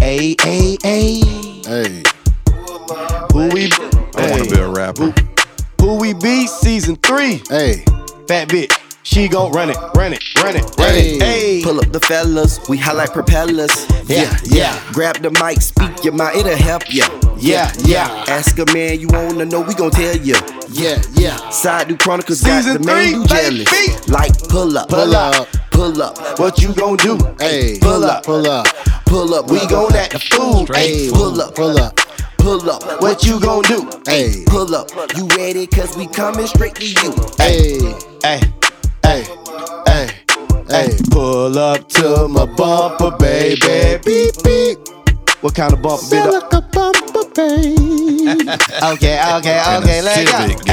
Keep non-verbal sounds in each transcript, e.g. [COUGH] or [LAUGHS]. Hey, hey, hey. Hey, Who we be? I want Hey. to be a rapper. Who we be? Season three. hey, Fat bitch. She gon' run it, run it, run it, run it. Hey. Hey. Pull up the fellas, we highlight propellers. Yeah, yeah. Grab the mic, speak your mind, it'll help you. yeah, yeah, Ask a man you wanna know, we gon' tell you. yeah, yeah. Side do chronicles Season got the man three, you jealous. baby. Like pull up, Pull up. pull up, What you gon' do? Hey, Pull up. pull up, pull up. We gon' act the fool. hey, pull up. pull up, pull up. What you gon' do? hey, Pull up, you ready? Cause we coming straight to you. hey, Hey, hey, hey, hey. hey. Pull up to my bumper, baby. Beep, beep. What kind of bumper, Feel bitch? like a bumper, babe. [LAUGHS] Okay, okay, In okay, a let's Civic, go.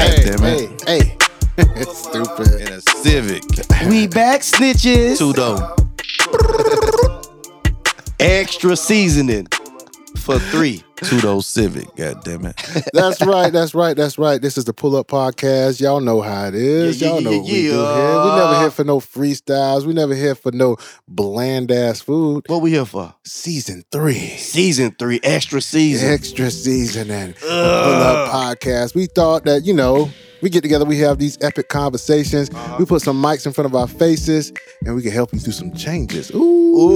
[LAUGHS] goddammit. hey, hey. Stupid. In a Civic. We back snitches. Two though. Extra seasoning for three. Two though Civic. God damn it. That's right. That's right. That's right. This is the Pull Up Podcast. Y'all know how it is. Yeah, yeah, Y'all know yeah, what we do yeah. here. We never here for no freestyles. We never here for no bland ass food. [LAUGHS] What we here for? Season three. Season three, extra season. Extra season and the Pull Up Podcast. We thought that, you know, we get together, we have these epic conversations. Uh-huh. We put some mics in front of our faces, and we can help you through some changes. Ooh,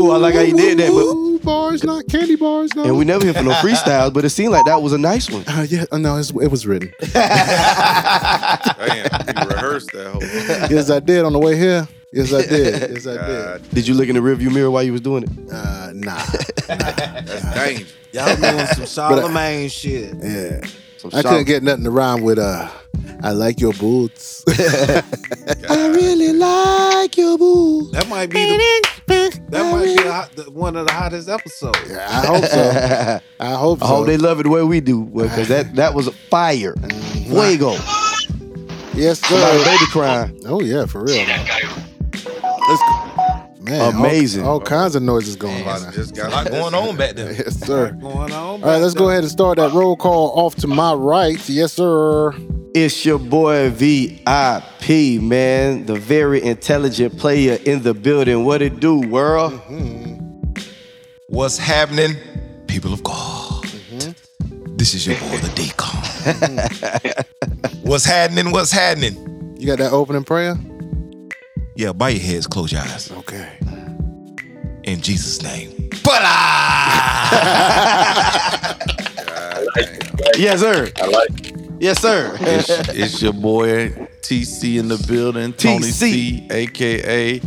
Ooh, I like how you did that, but- ooh, bars, not candy bars, not. And we never here for no freestyles, but it seemed like that was a nice one. Uh, yeah, uh, no, it's, it was written. Damn, you rehearsed that [LAUGHS] whole thing. yes, I did on the way here. Yes, I did. Yes, I did. God, Did you look in the rearview mirror while you was doing it? Uh, nah. [LAUGHS] that's dangerous. Y'all doing [LAUGHS] some Charlemagne shit. Yeah. Some I couldn't get nothing to rhyme with uh I like your [LAUGHS] boots. I really like your boots. That might be the, that might be the, hot- the- one of the hottest episodes. I hope [LAUGHS] so. I I hope so. hope they love it the way we do, because that that was fire, fuego, yes, Somebody sir. baby crying. Oh yeah, for real. man. Let's go. Man, all- Amazing. All, kinds of noises going Damn, on. I just got A [LAUGHS] lot going on back there. Yes, sir. Going on. All right, let's go ahead and start that roll call off to my right. Yes, sir. It's your boy VIP man, the very intelligent player in the building. What it do, world? What's happening, people of God? This is your boy, the Deacon. what's happening? What's happening? You got that opening prayer? Yeah, bow your heads, close your eyes. Okay. In Jesus' name. But I. Yes, sir. I like. Yes, sir. [LAUGHS] it's, it's your boy TC in the building. Tony TC. C, aka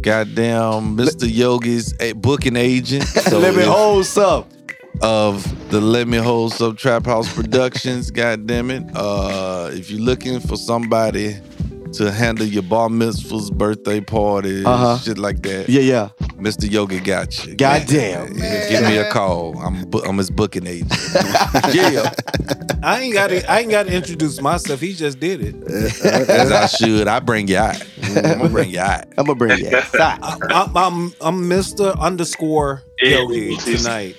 goddamn Mr. Yogi's a- booking agent. So [LAUGHS] Let me if- hold some. of the Let Me Hold Sub Trap House Productions. [LAUGHS] God damn it! Uh, if you're looking for somebody to handle your bar mitzvahs, birthday parties, Uh-huh. shit like that, Yeah, yeah. Mr. Yogi got you. Goddamn. Yeah, give me a call. I'm bu- I'm his [LAUGHS] booking agent. yeah, I ain't got to. I ain't got to introduce myself. He just did it. as I should. I bring you out. I'm gonna bring you out. I'm gonna bring you outside. I, I'm, I'm I'm Mr. Underscore Yogi tonight.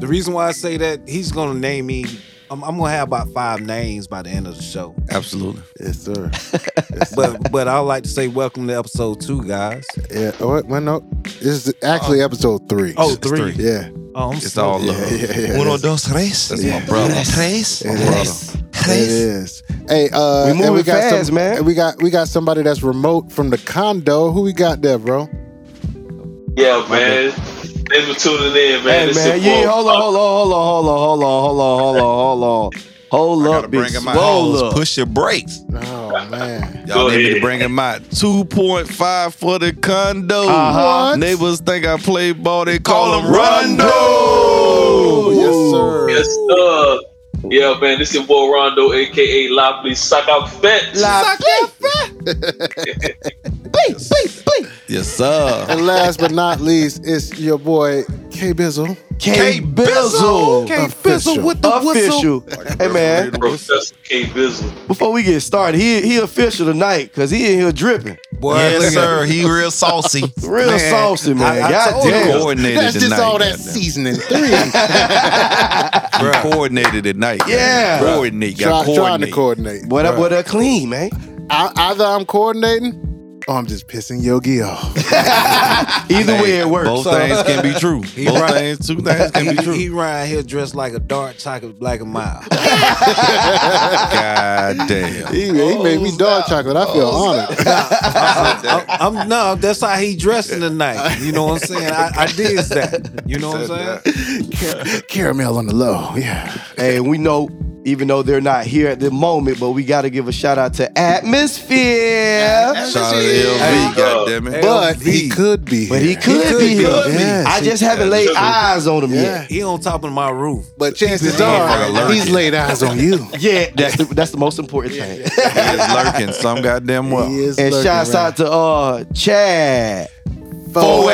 The reason why I say that he's gonna name me. I'm, I'm gonna have about five names by the end of the show. Absolutely. Yes, sir. [LAUGHS] But but I would like to say welcome to episode two, guys. Yeah. Oh, wait, well, no. This is actually episode three. Oh, three. Yeah. Oh, I'm It's sorry. all love. Uno, dos, tres. That's my brother. Trace. My brother. It is. Hey, uh, We and moving got fast, some- man. and We got we got somebody that's remote from the condo. Who we got there, bro? Yeah, man. Thanks for tuning in, man. [LAUGHS] Hey This man, your yeah, boy. hold on, hold on, hold on, hold on, hold on, hold on, hold on, hold on. Hold I gotta up, big bring him out. swole up. Push your brakes. Oh man. Y'all Go need me to ahead. bring him out. 2.5 for the condo. Uh-huh. What? Neighbors think I play ball. They call him Rondo. Oh, yes, Yes, sir. Yeah, man. This your boy Rondo, aka Lopley Suck Out Fett. La- Yes, sir. And last but not least, it's your boy K Bizzle. K Bizzle. K Bizzle with the whistle. Official. Hey man, Professor K Bizzle. before we get started, he he official tonight because he in here dripping. Boy, look Yes, at- sir. He real [LAUGHS] saucy. Real saucy, man. I- I God told you. damn. Coordinated That's just tonight. all that goddamn. seasoning three. He Coordinated at night. Yeah. Coordinate. Try, Got trying to coordinate. coordinate. Boy, that boy that clean, man. I, either I'm coordinating Oh, I'm just pissing Yogi off. Either way, it works. Both things can be true. Both right. things, two things can be He, [LAUGHS] true. he ride here dressed like a dark chocolate black and mild. God damn. [LAUGHS] He, he made me dog chocolate. I feel honored. I'm, I'm no, that's how he dressing tonight. You know what I'm saying? I, I did that. You know what I'm saying? [LAUGHS] Caramel on the low. Yeah. And we know, even though they're not here at the moment, but we got to give a shout out to Atmosphere. Shout out to LV, Hey, God damn it. But he LV. could be. But he here. could, be here. could be. Yes, I he just haven't laid could. eyes on him Yeah. yet. He on top of my roof. But chances motherfucker are lurking. he's laid eyes on you. Yeah, that's the, that's the most [LAUGHS] important thing. He is lurking some goddamn well. He is and lurking shouts around. out to uh Chad. Four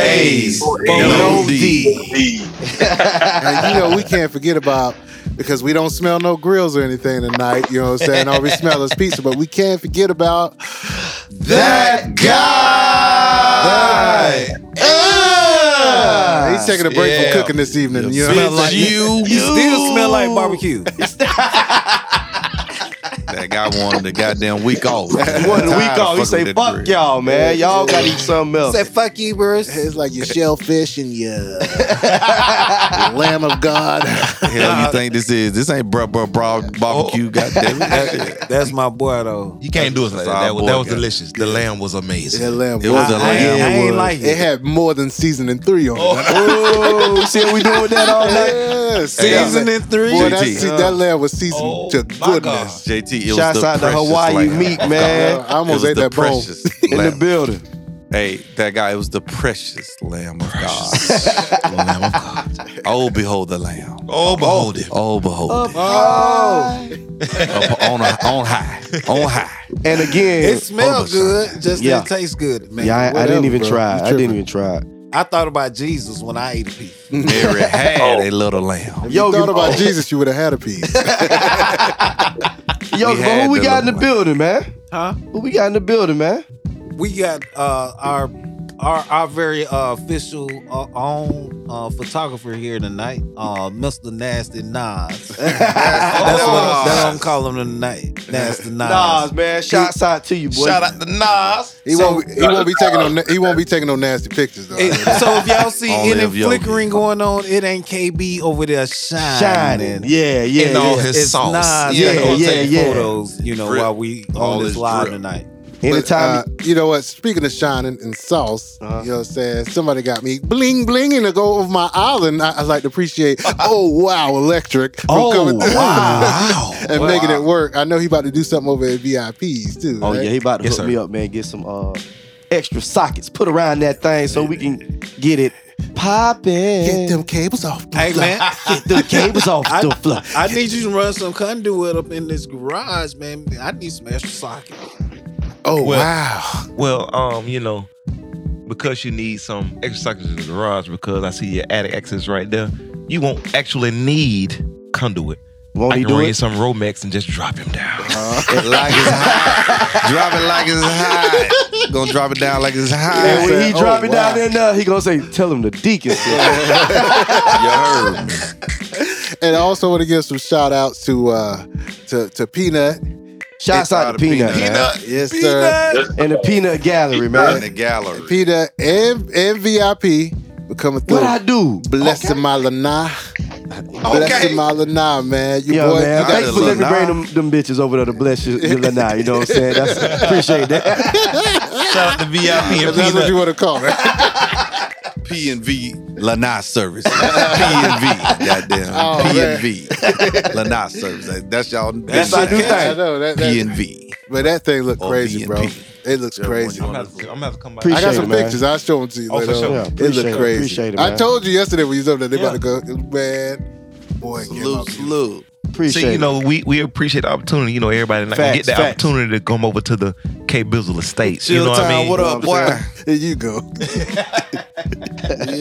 No D. D. [LAUGHS] And you know, we can't forget about because we don't smell no grills or anything tonight. You know what I'm saying? All we smell is pizza, but we can't forget [LAUGHS] about That guy. he's taking a break yeah. from cooking this evening. You know what Smell I'm like saying? you. You still smell like barbecue. That guy wanted the goddamn week off. One week Tired of off. He fucking say, with that fuck drill." y'all, man. Y'all gotta eat something else. Say fuck you, Bruce. It's like your shellfish and your lamb of God. Hell, you think this is? This ain't bruh, bruh, bruh, barbecue. [LAUGHS] Goddamn it. That- that's my boy though. Oh. You can't do it like that. our That was, boy that was guy. delicious. The lamb was amazing. That lamb. It was God. a I, ain't- I lamb. ain't like It it. had more than seasoning three on it. Oh, see how we doing that all night? Yeah, Seasoning three. Boy, that, JT. se- that lamb was seasoned Oh, to my goodness. JT, it was Shouts the out to precious Hawaii lamb. Meat, Yeah, man. I It was almost ate the that bone. [LAUGHS] precious In the lamb. building. Hey, that guy, it was the precious lamb of God. The lamb of God. [LAUGHS] Oh, behold the lamb. Oh, behold it. Oh, behold it. Oh, Up on, a, on high. [LAUGHS] On high. And again, it smells good. Just Yeah. didn't taste good, man. yeah, I, I whatever, didn't even bro. try. You I didn't even try. I thought about Jesus when I ate a piece. Mary had Oh. a little lamb. If Yo, you thought you- about oh. Jesus, you would have had a piece. Yo, We but had who we the got in the little building, man? Huh? Who we got in the building, man? we got uh, our our our very uh, official uh, own uh, photographer here tonight, uh, Mr. Nasty Nas. that's, what, that's what I'm calling him tonight, Nasty Nas. Nas, man. Shouts out to you, boy. Shout out to Nas. He won't. He won't be taking no. He won't be taking no nasty pictures though. It- so if y'all see Only any if y'all flickering going on, it ain't KB over there shining. Shining. Yeah, yeah. And all yeah. his It's sauce. Nas. Yeah, Yeah, yeah, yeah, yeah, yeah. Photos, you know, Drip. while we All on this his live drip. tonight. Anytime. But, uh, you know what? Speaking of shining and sauce, Uh-huh. you know what I'm saying? Somebody got me bling blinging to go over my island. I, I like to [LAUGHS] appreciate, oh, wow, electric. from oh, coming through wow. [LAUGHS] And making it work. I know he about to do something over at VIPs too. Oh right? yeah, he about to Yes, hook sir. me up, man. Get some uh extra sockets put around that thing so we can get it popping. Get them cables off. the Hey block. man, Get them cables off I- the floor. I need you to run some conduit up in this garage, man. I need some extra sockets. Oh, Well- wow. Well, um, you know, because you need some extra sockets in the garage because I see your attic access right there, you won't actually need conduit. Won't I he can Oh, do bring you it? some Romex and just drop him down. Like it's hot. Drop it like it's hot. Gonna drop it down like it's And hot. when he Oh, drop it wow. down there, now, he gonna say, "Tell him the deacon." said." You heard me. And I also want to give some shout outs to uh to, to Peanut. Shouts out to Uh, Peanut, man. Yes, sir. and the Peanut Gallery, In man. the gallery. Peanut and, and VIP were coming through. What I do? Blessing my lanai. Blessing my lanai, man. You Yeah, boy, man. you got Thanks for the letting me lanai. bring them, them bitches over there to bless you, you lanai, You know what I'm saying? That's appreciate that. Shout out to VIP and If that's what Peanut. you want to call it. P and V Lanai service. P and V. Goddamn. Oh, P man. and V Lanai service. That- That's y'all. That's our new I thing. know that, that- P and V. but that thing looked Or crazy, bro. VNP. It looks crazy. one I'm gonna have to- I'm gonna have to come by. Appreciate I got it, some man. pictures. I'll show them to you Oh, for later. sure. on. Yeah, it appreciate looked it, crazy. appreciate it, I man. told you yesterday when you was over there, they about to go, man. Boy, give my Salute, beauty. salute. Appreciate See, you it. know, we, we appreciate the opportunity. You know, everybody not gonna get Facts, the facts. opportunity to come over to the K Bizzle Estates. you Chill know what time, I mean? what up, boy? Here you go. We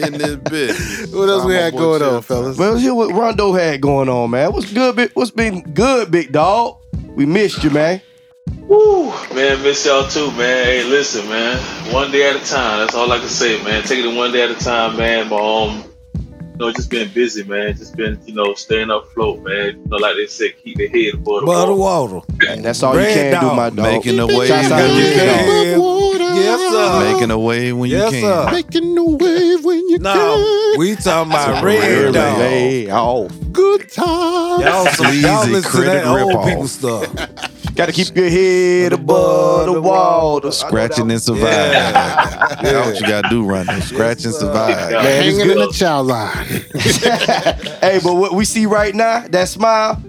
in this bitch. What else Time we my had boy going Chill on, fellas? Well, let's hear what Rondo had going on, man. What's good, big? What's been good, big dog? We missed you, man. Woo, man, miss y'all too, man. Hey, listen, man. One day at a time. That's all I can say, man. Take it one day at a time, man. But um, know, just been busy, man. Just been, you know, staying afloat, man. You know, like they said, keep the head above the But the water. water. And that's all Red you can dog. do, my dog. Making the waves Shouts out when to you Big can. Dog. Yes, sir. Making a wave when Uh, Yes, you sir. can. Making the wave when you No, we talking about red Really? dog. Lay off. can. Good time. Y'all, some, y'all Sleazy listen to that critic old ripoff. people stuff. Gotta keep your head above the water. [LAUGHS] Scratching and surviving. That's what you gotta do, Rondo. Scratch and survive. Yeah. Man, it's Hanging in good. the child line. Hey, but what we see right now, that smile,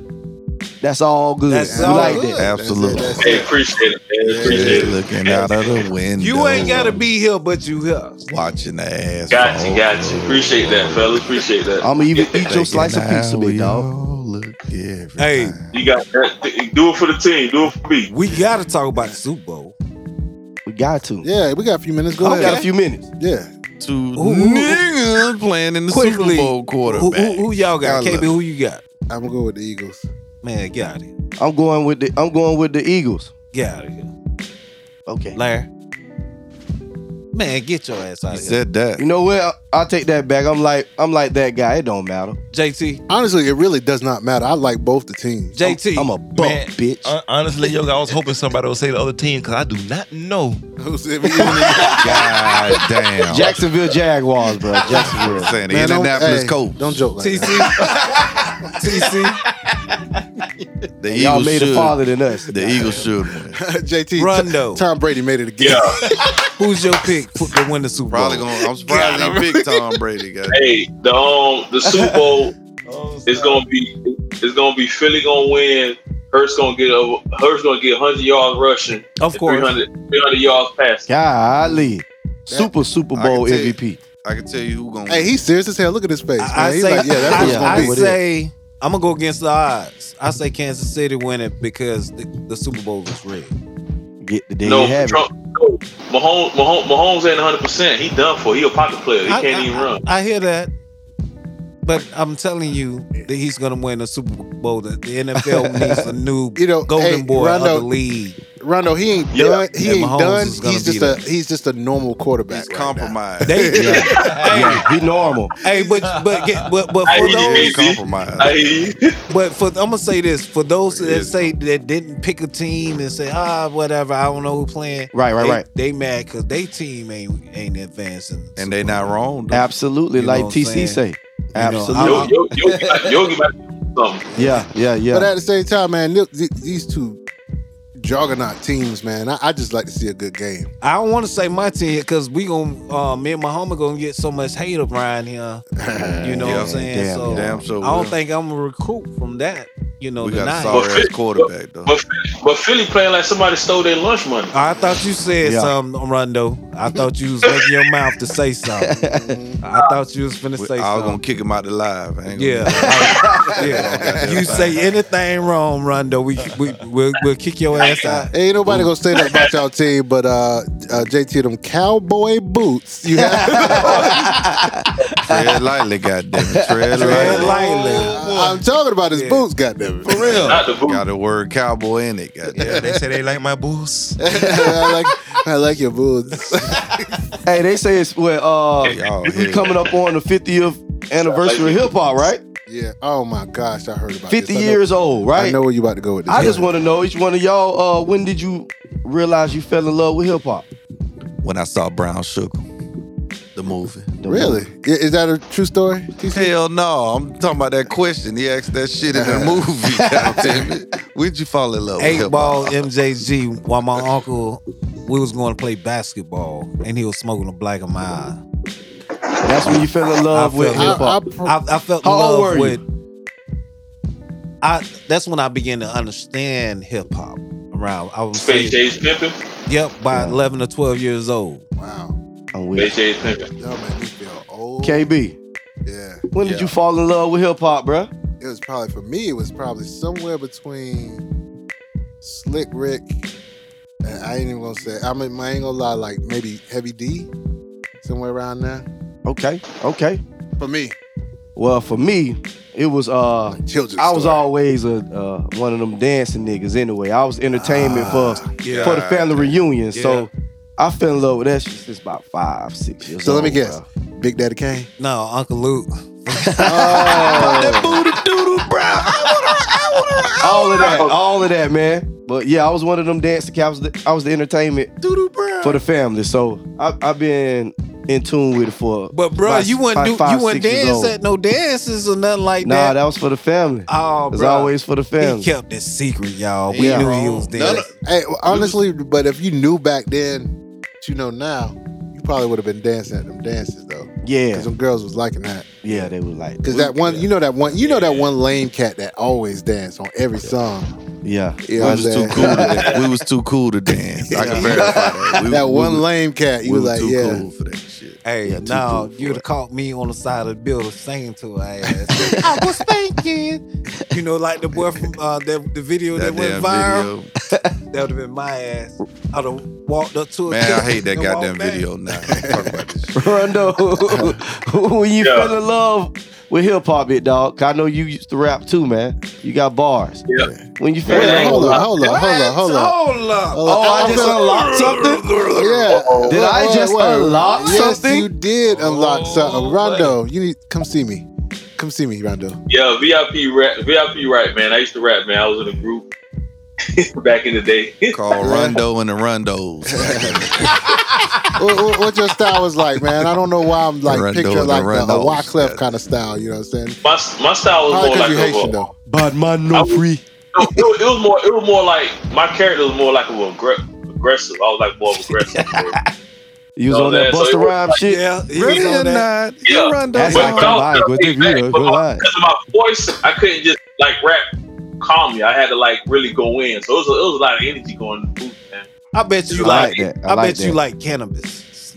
that's all good. That's we all like good. that. Absolutely. Hey, appreciate it, man. Just Appreciate it. looking out of the window. You ain't gotta be here, but you here. watching the ass. Got you, got you. Appreciate that, fella. Appreciate that. I'ma even eat your slice of pizza, big dog. Look every Hey. time. you got that. Do it for the team. Do it for me. We gotta talk about the Super Bowl. We got to. Yeah, we got a few minutes. Go I got a ahead. few minutes. Yeah. two Who- who- niggas playing in the Super Quickly, Bowl quarterback. Who, who, who y'all got? Gotta KB, love who you got? I'm going to go with the Eagles. Man, get out of here. I'm going with the I'm going with the Eagles. Get out of here. Okay. Larry. Man, get your ass out You of here. said that. You know what? I- I'll take that back. I'm like I'm like that guy. It don't matter. JT. Honestly, it really does not matter. I like both the teams. JT. I'm a buck, Man, bitch. hon- honestly, yo, I was hoping somebody would say the other team because I do not know. Who's in [LAUGHS] the- God damn. Jacksonville Jaguars, [LAUGHS] bro. Jacksonville. saying the Man, don't- Indianapolis hey, Colts. Don't joke like [LAUGHS] TC. that. TC. Y'all The Eagles made should. it farther than us. The Eagles should [LAUGHS] win. JT, Rondo. Tom Brady made it again. Yeah. Who's your pick for- to win the Super Bowl? Probably gonna. [LAUGHS] I'm surprised they picked Tom Brady. Guys. Hey, the um the Super Bowl is gonna be it's gonna be Philly gonna win. Hurst gonna get over. Hurst gonna get 100 yards rushing. Of and course. 300, 300 yards passing. Golly. Super Super I can Bowl tell you- MVP. I can tell you who gonna. [LAUGHS] Hey, he's serious as hell. Look at his face. man. I, I he's say, like, yeah, that's I, what it's gonna I be. say, I'm gonna go against the odds. I say Kansas City win it because the, the Super Bowl is red. Get the day no, you have it. Trump, no, Mahomes, Mahomes, Mahomes ain't 100. percent He done for. He a pocket player. He I- can't I- even run. I hear that, but I'm telling you that he's gonna win the Super Bowl. The, the NFL needs a new You know, hey, golden boy Rondo- of the league. Rondo, he ain't Yeah. done. He And ain't Mahomes done. is gonna He's be just there. a he's just a normal quarterback. he's right compromised. They, hey, He normal. hey, but but get, but but for Hey, those, He's Hey, compromised. Hey, but for I'm gonna say this for those It that is. say that didn't pick a team and say ah whatever I don't know who playing Right, right, they, right. They mad because they team ain't ain't advancing and they not wrong. though. Absolutely, You know like what I'm TC saying? say. I'm- yo, Absolutely. yo, Yogi about- Yogi about to do something. Yeah, yeah, yeah. But at the same time, man, look, th- these two juggernaut teams, man. I, I just like to see a good game. I don't want to say my team because we gonna uh, me and my homie gonna get so much hate around here. You know what Yeah. I'm saying? Damn, so damn sure I don't will. think I'm gonna recruit from that. You know we got a tonight. sorry ass quarterback though. But Philly- but Philly playing like somebody stole their lunch money. Oh, I thought you said Yeah. something, Rondo. I thought you was making your mouth to say something. I thought you was finna We- say I was gonna something. kick him out alive. I ain't gonna- [LAUGHS] Yeah, yeah. You say anything wrong, Rondo, we we we'll, we'll kick your ass out. Ain't nobody gonna say that about y'all team, but uh, uh JT them cowboy boots. You have Tread lightly, goddamn. it. Tread Tread lightly. lightly. I'm talking about his Yeah. boots, goddamn it. real. Not the boot. Got a word cowboy in it. Goddamn. Yeah, they say they like my boots. [LAUGHS] I like I like your boots. [LAUGHS] hey, they say it's well, uh, Y'all we here. coming up on the 50th anniversary of hip hop, right? yeah. Oh my gosh, I heard about 50 this. I know- years old, right? I know where you about to go with this. I just want to know each one of y'all. Uh, when did you realize you fell in love with hip hop? when I saw Brown Sugar, the movie. Really? I- Is that a true story? TC? Hell no, I'm talking about that question. He asked that shit in the movie. God damn it. When'd you fall in love with eight hip ball hop? MJG while my uncle we was going to play basketball and he was smoking a black of my eye. That's when you fell in love I with fell- hip I, hop. I, I, I felt How old love were with you? I that's when I began to understand hip hop around I was Space say, J's pimping. yep by eleven or twelve years old. wow. I'm Space with you. J's pimping. Y'all make me feel old. KB, Yeah. when did you fall in love with hip hop, bruh? It was probably for me. It was probably somewhere between Slick Rick. And I ain't even gonna say. I mean, I ain't gonna lie. Like maybe Heavy D, somewhere around there. Okay, okay. For me, Well, for me, it was uh, children. I was always a uh, one of them dancing niggas. Anyway, I was entertainment for Yeah. for the family reunion. So I fell in love with that shit since about five, six years So old. let me guess. bruh. Big Daddy Kane. No, Uncle Luke. that booty doodle brown. I want to rock. all of that, all of that, man. But yeah, I was one of them dancing cats. I was the, I was the entertainment Doodle brown. for the family. So I, I've been in tune with it for. But bro, about you wouldn't five- do five, you wouldn't six years dance old. at no dances or nothing like Nah, that. that was for the family. oh, It's bro. always for the he family. kept it secret, y'all. We Yeah. knew he was None dancing. of- Hey, well, honestly, but if you knew back then, what you know now, you probably would have been dancing at them dances though. Because Yeah, them girls was liking that. yeah, they were like, Because that one, you know that one, you know that one lame cat that always dance on every song. yeah, You know We what I'm was too saying? cool. To dance. We was too cool to dance. I can verify that. [LAUGHS] We, that we one was- lame cat, you we was was like, too yeah. cool for that shit. Hey, Yeah, too no, cool for you'd have it. caught me on the side of the building singing to her ass. I was thinking, you know, like the boy from uh, that, the video That that, went damn viral. video. That would have been my ass. I'd have walked up to her. Man, I kissed her, hate that and walked goddamn back. video now. Talk about this [LAUGHS] shit. Rondo, [LAUGHS] when you Yeah. fell in love with hip hop, it dog. I know you used to rap too, man. You got bars. Yeah. When you fell Wait, in Yeah. love, hold on, hold on, hold on, hold on. Hold up. Hold oh, on. I just unlocked something. Yeah. Did I Wait, just wait, wait. unlock yes, something? you did unlock Oh, something. Rondo, you need come see me. Come see me, Rondo. Yeah, VIP rap, VIP rap, man. I used to rap, man. I was in a group [LAUGHS] back in the day. [LAUGHS] Called Rondo and the Rondos. what, what- what your style was like, man? I don't know why I'm like Rondo picturing and like the, a Rondo. Wyclef kind of style. You know what I'm saying? my my style was Probably more because like you a, Haitian it, though. Bad man, no free. was, it was more it was more like my character was more like a little aggr- aggressive. I was like more of aggressive. You was No, on that man, so it Busta was Rhyme like- shit. Yeah, he Really was or on that. not? Yeah. You Rondo. That's But like no, a no, vibe. Go take exactly. video. But Go my- live. Because of my voice, I couldn't just like rap calmly. I had to like really go in. So it was a, it was a lot of energy going in the booth, man. I bet you I like like. that. I I, like bet you that. like cannabis.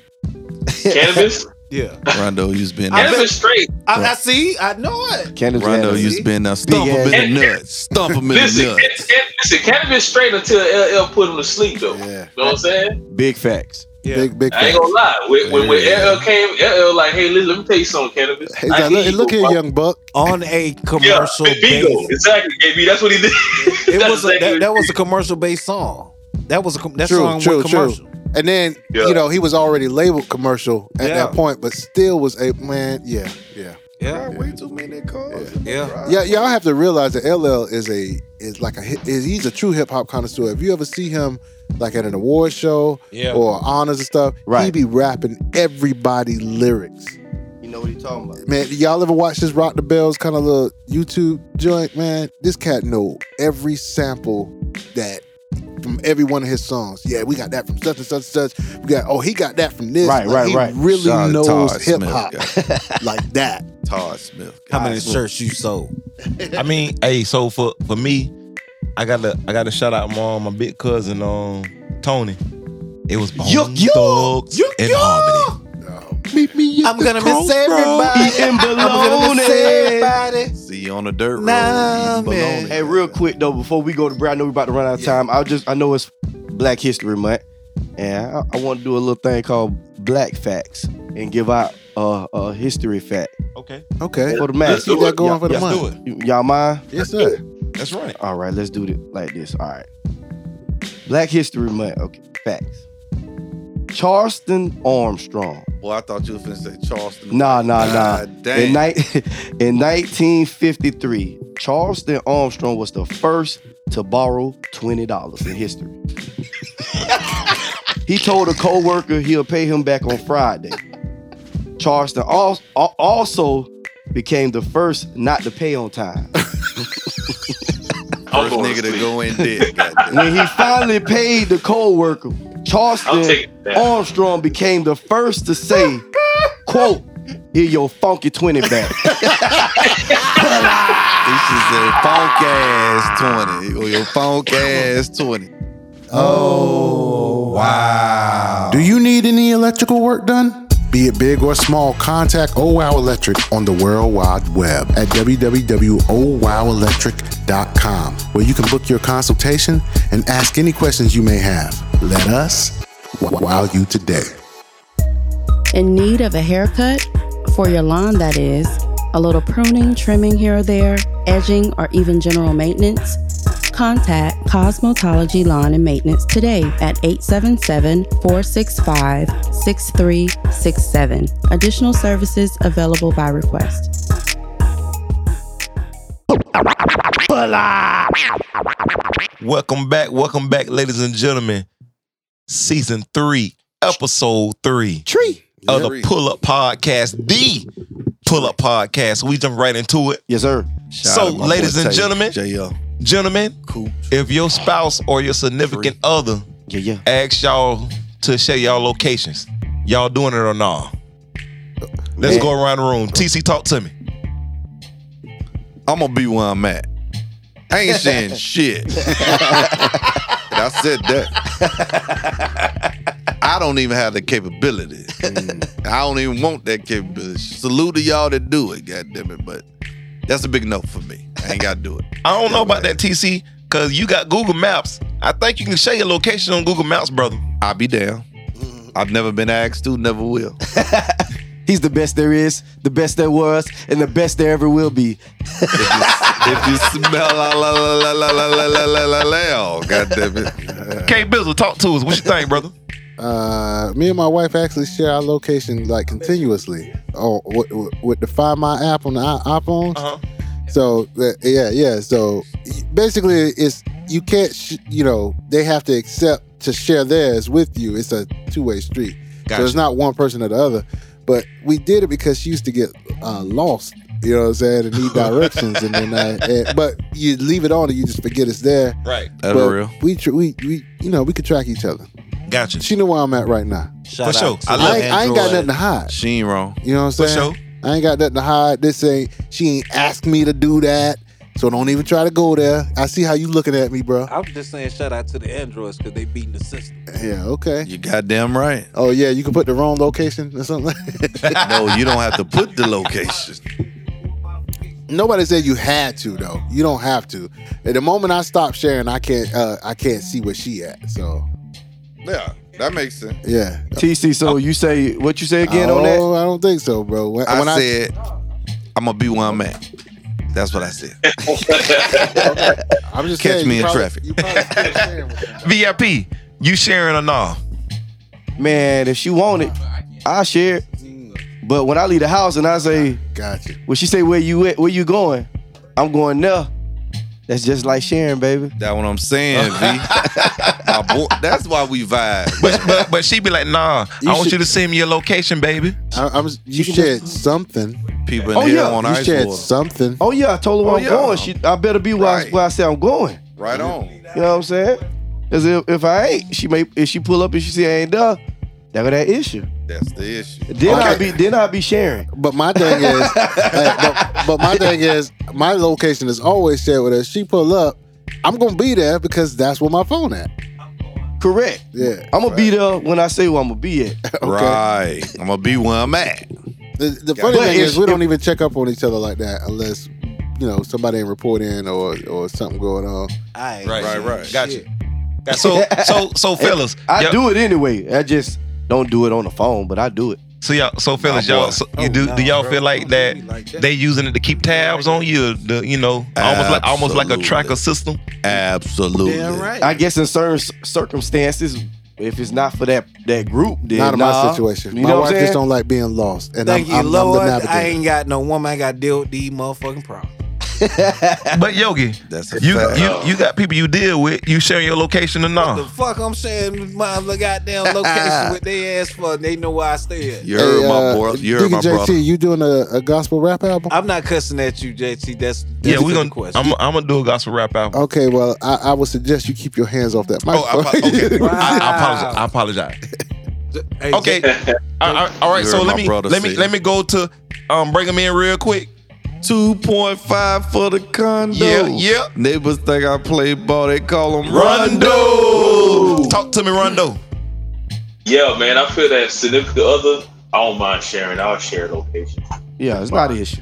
Cannabis, Yeah, Rondo used being I that. cannabis straight. I, I see. I know it. Candace Rondo Adams. used being that. Stomp Big him in the ass. nuts. Stomp him in Listen, the can, nuts. can, listen, cannabis straight until LL put him to sleep though. Yeah. You know what I'm saying? Big facts. Yeah. Big, big. I ain't fan. gonna lie. When, when, Yeah. when LL came, LL like, hey, listen, let me tell you something, cannabis. He's I like, hear look, you, look here, bro." young buck. On a Yeah, commercial bingo. basis. Exactly, KB. That's what he did. it [LAUGHS] That's was a, exactly that, what- that was a commercial based song. That was a com- that True, song true, was commercial. And then Yeah. you know he was already labeled commercial at Yeah. that point, but still was a man. Yeah, yeah, Yeah, Way too many calls. yeah. yeah. Y'all have to realize that LL is a is like a hi- is, he's a true hip hop connoisseur. If you ever see him like at an award show Yeah. or honors and stuff, Right. he be rapping everybody lyrics. You know what he talking about. Man, y'all ever watch this Rock the Bells kind of little YouTube joint? Man, this cat know every sample that from every one of his songs. Yeah, we got that from such and such and such. We got oh, he got that from this. Right, Like, right, he right. Really Shout out to knows Todd hip Smith, hop like that. Todd Smith. How many shirts you sold? I mean, hey, so for for me, I gotta I gotta shout out my my big cousin um Tony. It was Bone Yo, yo, Thugs yo, and yo. Harmony. Oh, Meet me at I'm the gonna miss crossroads. everybody. [LAUGHS] Eating [LAUGHS] I'm gonna miss bologna. everybody. See you on the dirt road. Nah, eating man. bologna. Hey, real quick though, before we go to Brad, I know we about to run out of time. I just I know it's Black History Month, and I, I want to do a little thing called Black Facts and give out uh, a history fact Okay, Okay. for Let's the mass. keep that going for the let's month. do it. Y- y'all mind? Yes, sir. Let's run it. All right, let's do it like this. All right. Black History Month. Okay, facts. Charleston Armstrong. Boy, I thought you were finna say Charleston. Nah, nah, nah. God In, Damn. ni- [LAUGHS] in 1953, Charleston Armstrong was the first to borrow $20 in history. he told a co-worker he'll pay him back on Friday. Charleston al- al- also became the first not to pay on time. I'm First going to nigga to sleep. go [LAUGHS] in dead. goddamn. When he finally paid the co-worker, I'm Charleston taking that. Armstrong became the first to say, quote, here your funky 20 [LAUGHS] back. He should say funk ass 20. Or your funk ass 20. Oh. Wow. Do you need any electrical work done? Be it big or small, contact OWOW Electric on the World Wide Web at www.owowelectric.com, where you can book your consultation and ask any questions you may have. Let us wow you today. In need of a haircut? For your lawn, that is. A little pruning, trimming here or there, edging, or even general maintenance? Contact Cosmetology Lawn and Maintenance today at 877 465 6367. Additional services available by request. alive. Welcome back, welcome back, ladies and gentlemen. Season three, episode three Tree. of the Pull Up Podcast, the Pull Up Podcast. We jump right into it. Yes, sir. Shout So, out to my ladies boy and Tay, gentlemen- JL. Gentlemen, Cool. if your spouse or your significant other Yeah, yeah. asks y'all to share y'all locations, y'all doing it or nah? Let's Man. go around the room. TC, talk to me. I'm gonna be where I'm at. I ain't saying [LAUGHS] shit. I said that. I don't even have the capability. [LAUGHS] I don't even want that capability. Salute to y'all that do it, God damn it. But that's a big no for me. I ain't gotta do it. I don't know about that, TC, because you got Google Maps. I think you can share your location on Google Maps, brother. I'll be down. I've never been asked to, never will. [LAUGHS] He's the best there is, the best there was, and the best there ever will be. If you smell la la la la la la la la la la la, God damn it. K Bizzle, talk to us. What you think, brother? Uh, me and my wife actually share our location like continuously. Oh, with, with, with the Find My app on the i- iPhones. Uh-huh. So that- yeah, yeah. So basically, it's you can't. Sh- you know, they have to accept to share theirs with you. It's a two way street. So it's Gotcha. not one person or the other. But we did it because she used to get uh, lost. You know what I'm saying? [LAUGHS] And need directions, and then I, and, but you leave it on, and you just forget it's there. Right. That's but real. we, tr- we, we, you know, we could track each other. Gotcha. She know where I'm at right now. For Shout sure. out to I love I ain't, I ain't got nothing Android. to hide. She ain't wrong. You know what I'm For saying? sure. I ain't got nothing to hide. This ain't she ain't asked me to do that. So don't even try to go there. I see how you looking at me, bro. I'm just saying shout out to the androids because they beating the system. Yeah, okay. You [LAUGHS] goddamn right. Oh yeah, you can put the wrong location or something. [LAUGHS] No, you don't have to put the location. Nobody said you had to though. You don't have to. At the moment I stop sharing, I can't uh I can't see where she at. So Yeah, that makes sense. yeah. TC, so you say what you say again oh, on that? I don't think so, bro. When, I when said, I, am gonna be where I'm at. That's what I said. I, am just catch saying, me you in probably- traffic. You probably still sharing with [LAUGHS] somebody. VIP, you sharing or nah? Man, if she want it, I share it. But when I leave the house and I say, Got you. when she say where you at, where you going? I'm going there. That's just like sharing, baby. That's what I'm [LAUGHS] saying, V. My boy, that's why we vibe. But, but but she be like, nah. You I want should- you to send me your location, baby. I, I'm you shared something. People in Oh, here yeah, on You ice shared water. something. Oh yeah, I told her where Oh, I'm yeah. going. She, I better be where, I, Right. where I say I'm going. Right on. You know what I'm saying? Cause if, if I ain't, she may if she pull up and she say I ain't there, that go that issue. That's the issue. Then I Okay. be then I be sharing. But my thing is, hey, but, but my thing is, my location is always shared with her. She pull up, I'm gonna be there because that's where my phone at. Correct. Yeah. I'm gonna be there when I say where I'm gonna be at. Right. I'm gonna be where I'm at. The, the funny But thing if- is, we don't even check up on each other like that unless you know somebody ain't reporting or or something going on. I ain't Right, saying right, right. shit. Gotcha. So so so fellas, I y'all- do it anyway. I just don't do it on the phone, but I do it. So y'all, so fellas, Nah, boy. y'all, so you Oh, do nah, do y'all bro. feel like Don't do that me like that. they using it to keep tabs on you? The, you know, almost like almost like a Absolutely. tracker system. Absolutely. Damn right. I guess in certain c- circumstances, if it's not for that that group, then Not in nah. my situation. You my know wife what I'm just saying? don't like being lost, and Thank I'm, you, I'm, Lord. I'm the I navigator. ain't got no woman. I got to deal with these motherfucking problems. But Yogi, That's a you fact. you you got people you deal with. You sharing your location or The not? fuck I'm saying my other goddamn location with they ass for they know where I stay at. You heard Hey, my uh, boy. You heard Deacon my JT, brother. you doing a, a gospel rap album? I'm not cussing at you, JT. That's, that's Yeah, the we gonna. question. I'm I'm gonna do a gospel rap album. okay, well, I, I would suggest you keep your hands off that Oh, I, microphone. apo- [LAUGHS] okay. Wow. I, I apologize. I apologize. [LAUGHS] Hey, Okay. all right, all right, You so heard let my me brother let me say. let me go to um bring them in real quick. 2.5 for the condo. Yeah, yeah. Neighbors think I play ball. They call them Rondo, talk to me, Rondo. [LAUGHS] yeah, man, I feel that significant other. I don't mind sharing. I'll share location. Yeah, it's not an issue.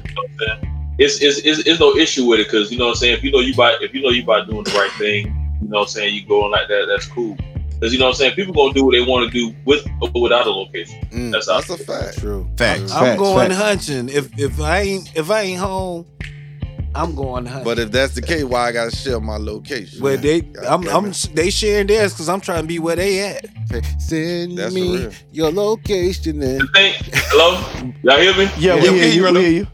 it's, it's, it's, it's no issue with it because you know what I'm saying. If you know you by if you know you by doing the right thing, you know what I'm saying. You going like that, that's cool. Because you know what I'm saying. People gonna do what they want to do with or without a location. Mm, That's That's how- a fact. True. Facts. I'm Facts, going facts. hunching. If if I ain't if I ain't home, I'm going hunching. But if that's the case, why I gotta share my location? Well, they God I'm, damn I'm it. they sharing theirs because I'm trying to be where they at. Say, [LAUGHS] Send That's me real. your location and The thing, hello, y'all hear me? Yeah, Yeah, we we hear you. hear We you, hear you.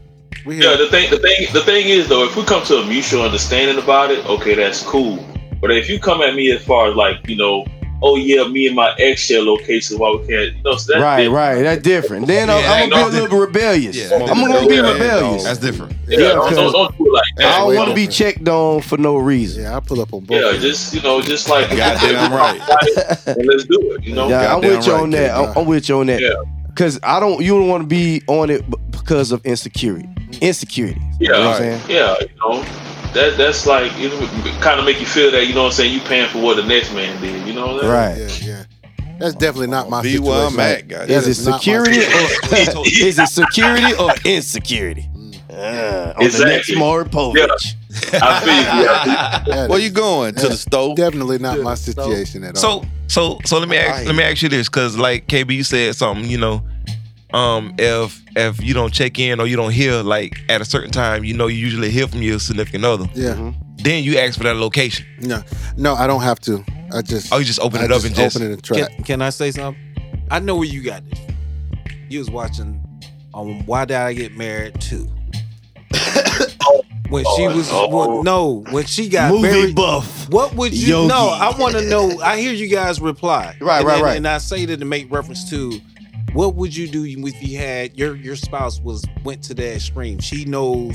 We Yeah, here. the thing, the thing, the thing is though, if we come to a mutual understanding about it, okay, that's cool. But if you come at me as far as like, you know, oh yeah, me and my ex share locations, why we can't, you know, so that's right, different. right. That's different. Then I'm, Yeah, I'm no, gonna be a little rebellious. Yeah, I'm gonna be yeah, rebellious. That's different. Yeah, Yeah, don't, don't, don't do it like that. I don't way want to be different. checked on for no reason. Yeah, I pull up on both. Yeah, of you. just you know, just like Goddamn right. [LAUGHS] [LAUGHS] and let's do it. You know, Yeah, I'm Goddamn with you right, on that. K-Dot. I'm, I'm with you on that. Yeah. Cause I don't. You don't want to be on it b- because of insecurity. Insecurity. yeah, You know what I'm saying? yeah. You know, that that's like it kind of make you feel that you know what I'm saying. You paying for what the next man did. You know what I'm Right. Yeah, yeah. That's definitely not my Be situation. where I'm at, guys. Yeah. Is That it is not my security or saying? is it security or insecurity? Uh, on the Exactly. next more Povich. I feel you. [LAUGHS] Yeah. That Where is you going? To the store? definitely not my situation at all. So so so let me ask, let me ask you this, cause like KB, you said something, you know, um, if if you don't check in or you don't hear like at a certain time, you know, you usually hear from your significant other. yeah, Then you ask for that location. no, no, I don't have to. I just Oh, you just open I it up and just open it and try. Can, can I say something? I know where you got this. From. You was watching um Why Did I Get [COUGHS] Married Too? when she was well, no, when she got Oh, Movie married. buff. What would you Yogi. know? I want to know. I hear you guys reply. Right, And- right, and- right. And I say that to make reference to what would you do if you had your your spouse was went to that extreme? She knows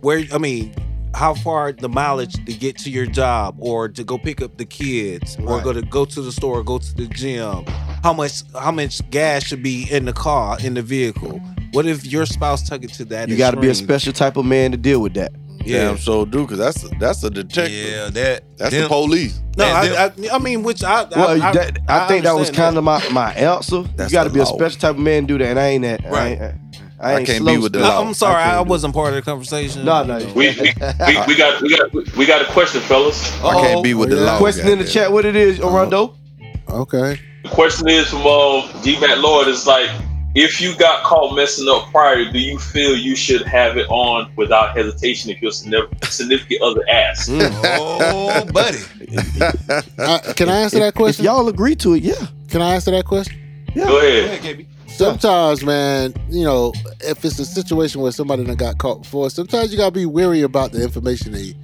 where. I mean, how far the mileage to get to your job, or to go pick up the kids, or Right. go to go to the store, go to the gym. How much how much gas should be in the car in the vehicle? What if your spouse took it to that? You got to be a extreme? special type of man to deal with that. Yeah. Damn, so do because that's a, that's a detective. Yeah, that That's them- the police. No, And I, I, I mean, which I Well, I, I, that, I, think that was understand kind of my, my answer. That's you got to the be a law. special type of man to do that, and I ain't that. I, Right. ain't, I, I ain't can't slow be with the stuff. law. I, am sorry, can't I, do wasn't part of the conversation. No, no. You know. We, we, we, we got we got we got a question, fellas. I can't be Oh, with the yeah. Uh-huh. law. Question in the goddamn. chat what it is, Orondo? Okay. The question is from uh, G Matt Lord is like, if you got caught messing up prior, do you feel you should have it on without hesitation if your signif- significant other asks? Mm. oh, buddy. I, can I answer that If question? y'all agree to it, yeah. can I answer that question? Go ahead. Sometimes, man, you know, if it's a situation where somebody done got caught before, sometimes you gotta be wary about the information they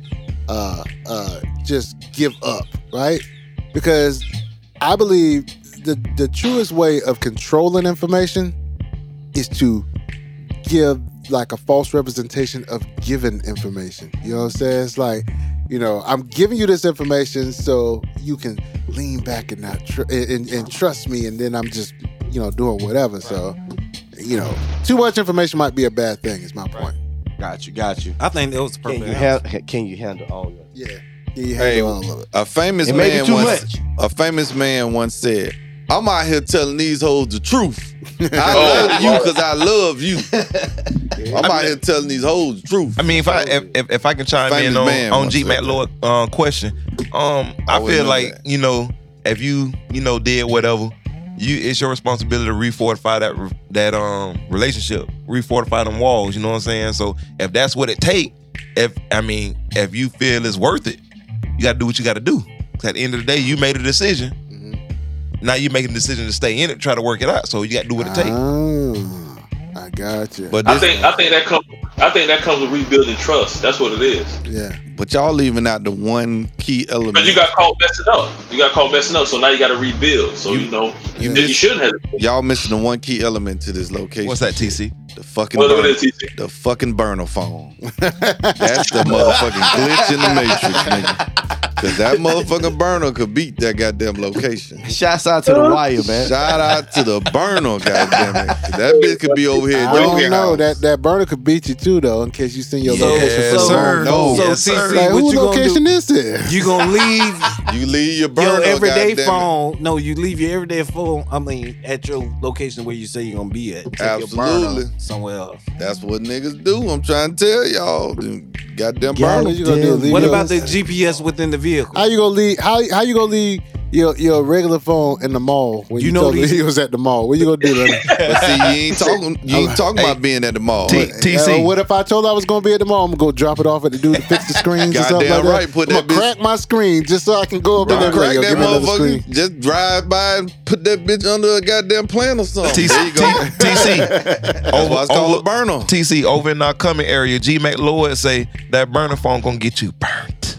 uh, uh, just give up, right? Because I believe the the truest way of controlling information is to give like a false representation of given information. You know what I'm saying? It's like, you know, I'm giving you this information so you can lean back and not tr- and, and, and trust me, and then I'm just, you know, doing whatever. So, you know, too much information might be a bad thing. Is my point. Got you, got you. I think that was Can perfect. you, han- can you handle all of it? Yeah. Yeah, you Hey, handle all of it. A famous It may man be too once much. a famous man once said, I'm out here telling these hoes [LAUGHS] the truth. Oh, I love you because I love you. I'm out here telling these hoes the truth. I mean, if I if, if, if I can chime Famous in on man on once G said Matt that. Lord uh, question, um, I I, would feel remember like that. you know if you you know did whatever, you it's your responsibility to refortify that re- that um relationship, refortify them walls. You know what I'm saying? So if that's what it take, if I mean if you feel it's worth it, you got to do what you got to do. 'Cause at the end of the day, you made a decision. Mm-hmm. Now you're making a decision to stay in it, try to work it out. So you got to do what it Uh-huh. takes. Ah, I got you. But I this, think I think that comes I think that comes with rebuilding trust. That's what it is. yeah, but y'all leaving out the one key element. Because you got caught messing up. You got caught messing up, so now you got to rebuild. So you, You- know you you, just- you shouldn't have. y'all missing the one key element to this location. What's that, TC? The fucking Well, look burner, at this, TC. the fucking [LAUGHS] burner phone. That's the motherfucking glitch in the matrix, nigga. Cause that motherfucking burner could beat that goddamn location. Shouts out to the wire, man. Shout out to the burner, goddamn it. That bitch could be over here. I don't know that that burner could beat you too, though. In case you send your Yeah, location for the sir. wrong No. nose. So, Yes, sir. CC, like, what who you gonna location do? this is? You gonna leave You leave your burner. your everyday goddamn it. phone? No, you leave your everyday phone. I mean, at your location where you say you're gonna be at. Take Your Absolutely. burner somewhere else. That's what niggas do. I'm trying to tell y'all. Them [LAUGHS] Goddamn burner. What you gonna do? Goddamn Leave What your- about the GPS within the vehicle? How you gonna leave? How how you gonna leave your your regular phone in the mall when You you, know told me these- [LAUGHS] he was at the mall. What you gonna do? Lenny? But see, you ain't talking. You ain't talking Hey. about being at the mall. T- Uh, TC. what if I told her I was gonna be at the mall? I'm gonna go drop it off at the dude to fix the screens or something Goddamn like right, that. put I'm that gonna bitch- crack my screen just so I can go up Bro, in there. and be like, crack Yo, that give me another screen. motherfucker. Just drive by and put that bitch under a goddamn plant or something. TC. There you go. [LAUGHS] TC. That's why it's called a over- burner. TC over in our coming area, G Mac Lloyd say that burner phone gonna get you burnt.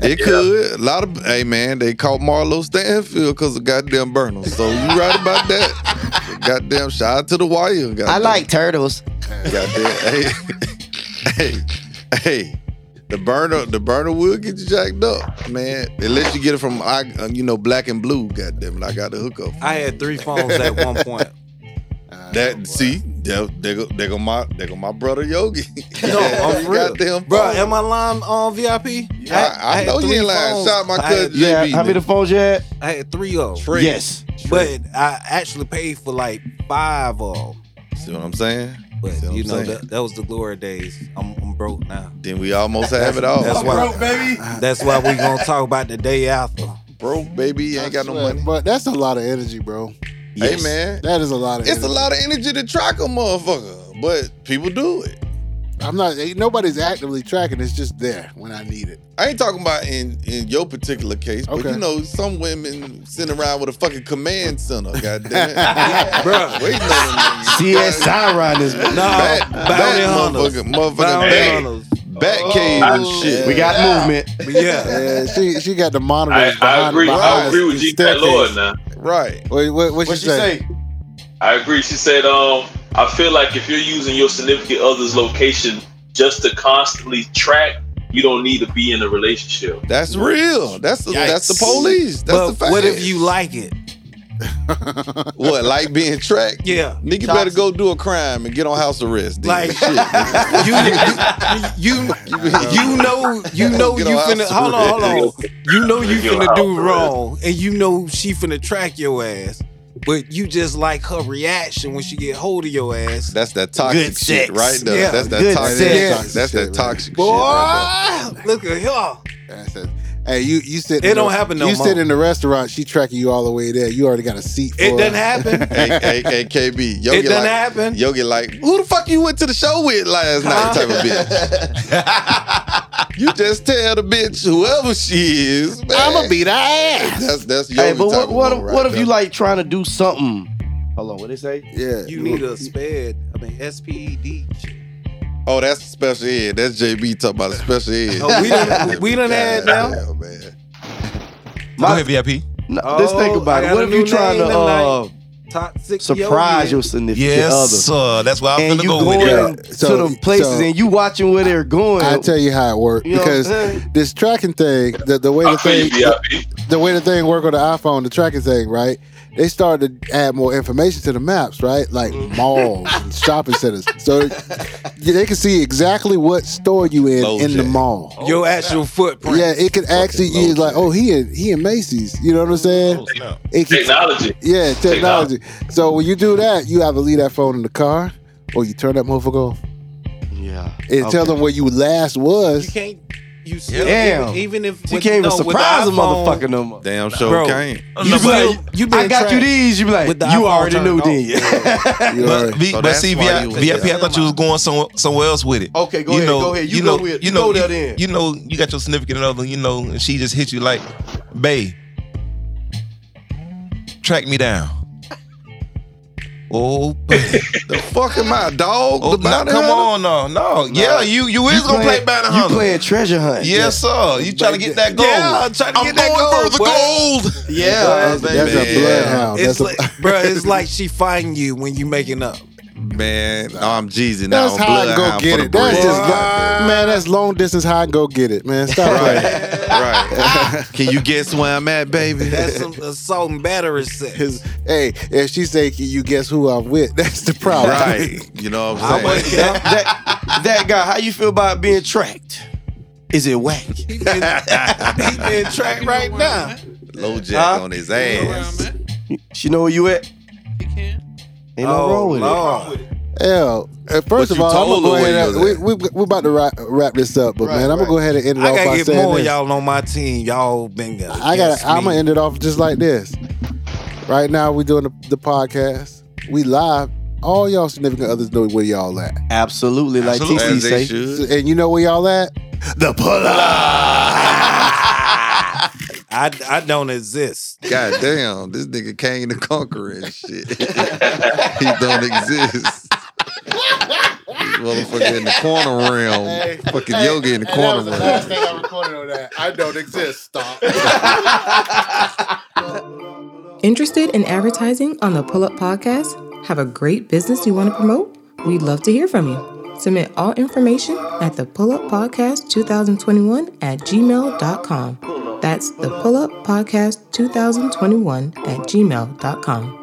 It could. A lot of hey man, they caught Marlo Stanfield because of goddamn burner. So you right about that. [LAUGHS] goddamn shout out to the wire. Goddamn. I like turtles. goddamn. [LAUGHS] Hey, hey, hey. The burner, the burner will get you jacked up, man. Unless you get it from I, uh, you know, black and blue. Goddamn it, I got the hookup. I had three phones at one [LAUGHS] point. That see, there, there, go, there go my, there go my brother Yogi. [LAUGHS] [LAUGHS] No, I'm real. Goddamn Bro, phone. am I lying on VIP? I, I, had know you three ain't lying. phones. Shout out my I had- cousin Yeah, JB. how many man. phones you had? I had three of them. Friend. Yes. But I actually paid for like five of them. See what I'm saying? But See what you I'm know, saying? that, that was the glory days. I'm, I'm broke now. Then we almost have it all. That's Oh, I'm why, baby. That's why we gonna talk about the [LAUGHS] day after. broke, baby. You ain't got no I swear, money. But that's a lot of energy, bro. Hey man, That is a lot of. it's a energy. lot of energy to track a motherfucker, but people do it. I'm not. Ain't nobody's actively tracking. It's just there when I [LAUGHS] need it. I ain't talking about in in your particular case, but Okay. you know, some women sitting around with a fucking command [LAUGHS] center. Goddamn, Bruh. Waiting on them niggas. CSI around this No, [LAUGHS] bitch. Bat, bounty bat hunters. motherfucking, motherfucking Bounty bat, hunters. bat cave and shit. Oh, We got movement. [LAUGHS] Yeah. Yeah, she she got the I, monitors I behind agree. I behind agree with the G. staircase. Lord now. right. Wait, what what she say? I agree. She said, um, I feel like if you're using your significant other's location just to constantly track, you don't need to be in a relationship. That's real. That's the, that's the police. That's the but fact. what if you like it? what like being tracked? Yeah. Nigga, you better go do a crime and get on house arrest. Then. [LAUGHS] Like- shit. nigga. you you you know [LAUGHS] you know you Get on finna house hold on hold on you know you Get on finna do house wrong and you know she finna track your ass but you just like her reaction when she get hold of your ass That's that toxic Good shit sex. right there. Yeah. That's that Good toxic. sex. shit. That's Toxic that shit, toxic boy shit. Right look at her That's it. Hey, you you sit. It in don't the- happen no You more. sit in the restaurant. She tracking you all the way there. You already got a seat. it for doesn't her. [LAUGHS] happen there. hey, hey, hey, KB, Yogi it doesn't like, happen Yogi like, who the fuck you went to the show with last night? Type of bitch. [LAUGHS] you just tell the bitch whoever she is. I'ma man. beat her ass. That's that's Yogi Hey, but what type of what, woman right what if there. you like trying to do something? Hold on, what they say? Yeah, you need a sped I mean E SPED shit. Oh, that's special ed. That's JB talking about a special ed. Oh, we done- we [LAUGHS] done had Goddamn, them. man. Go My- ahead, VIP. No, just think Oh, about I it. got What a if you new trying to name uh, toxic surprise yo, your significant Yes, other? sir. That's where I'm And gonna you go with it. going Yeah. So- to the places so- and you watching where they're going. I tell you how it worked You know what I'm because saying? this tracking thing, the, the way I the feel thing, you, VIP. the way the thing work on the iPhone, the tracking thing, right? They started to add more information to the maps, right? Like malls and shopping centers, so yeah, they can see exactly what store you in in the Lojack. mall. your actual footprint Yeah, it could actually use like, oh, he in he in Macy's. You know what I'm saying? It could, Technology. yeah, technology. So when you do that, you either leave that phone in the car or you turn that motherfucker off. yeah. It tell them where you last you was. can't you still, Damn. even, even if You with- can't even no, with the surprise a iPhone, motherfucker no more. Damn sure Bro. can't. You be still- like, you been I got you tracked. these. You be like, With the you iPhone already knew, turned didn't you? You know, [LAUGHS] But, V- So but that's see, why VIP, you was I thought you was going somewhere, somewhere else with it. Okay, go ahead, go ahead. You know, go with- you you know, go there you, then. you know, you got your significant other. You know, and she just hit you like, "Babe, track me down." [LAUGHS] Oh, babe. The fuck am I, a dog? oh The no, bounty come hunter? on, no, no, yeah, you you is gonna play bounty You hunter. playing treasure hunt. Yes, sir. You trying to get that gold? Yeah, I'm trying to get that going gold, for the boy. gold. Yeah. that's, that's a baby. bloodhound. It's That's a, like, bro, [LAUGHS] it's like she find you when you making up. Man, oh, I'm Jeezy now. that's how I go Bloodhound get for the it. That's bread. just Goddamn. man. That's long distance. How I go get it, man. Stop playing. right, [LAUGHS] right. Can you guess where I'm at, baby? That's some assault and battery sex. 'Cause, hey, if she say, "Can you guess who I'm with?" [LAUGHS] That's the problem. right. You know what I I'm wake saying? up. that, that guy, how you feel about being tracked? Is it whack? He been, he been tracked right now. [LAUGHS] Low jack Huh? on his ass. She know where you at? He can. Ain't no wrong with Oh, Lord. Hell, uh, first of you all, I'm told her gonna go where ahead. you And, we, was we, we're about to wrap, wrap this up, but Right, man, I'm right. gonna go ahead and end it I off by gotta get saying more this. y'all on my team. Y'all been uh, got. I got. I'm gonna end it off just like this. Right now, we're doing the, the podcast. We live. All y'all significant others know where y'all at, Absolutely, like Absolutely. TC As they say. should. and you know where y'all at. The pull I I don't exist. God damn, this nigga Kane the Conqueror and [LAUGHS] shit. he don't exist. This motherfucker in the corner realm. Fucking yoga in the corner realm. thing I recorded on that. I don't exist. Stop. Interested in advertising on the Pull Up Podcast? Have a great business you want to promote? We'd love to hear from you. Submit all information at the Pull Up Podcast 2021 at gmail.com. That's the Pull Up Podcast 2021 at gmail.com.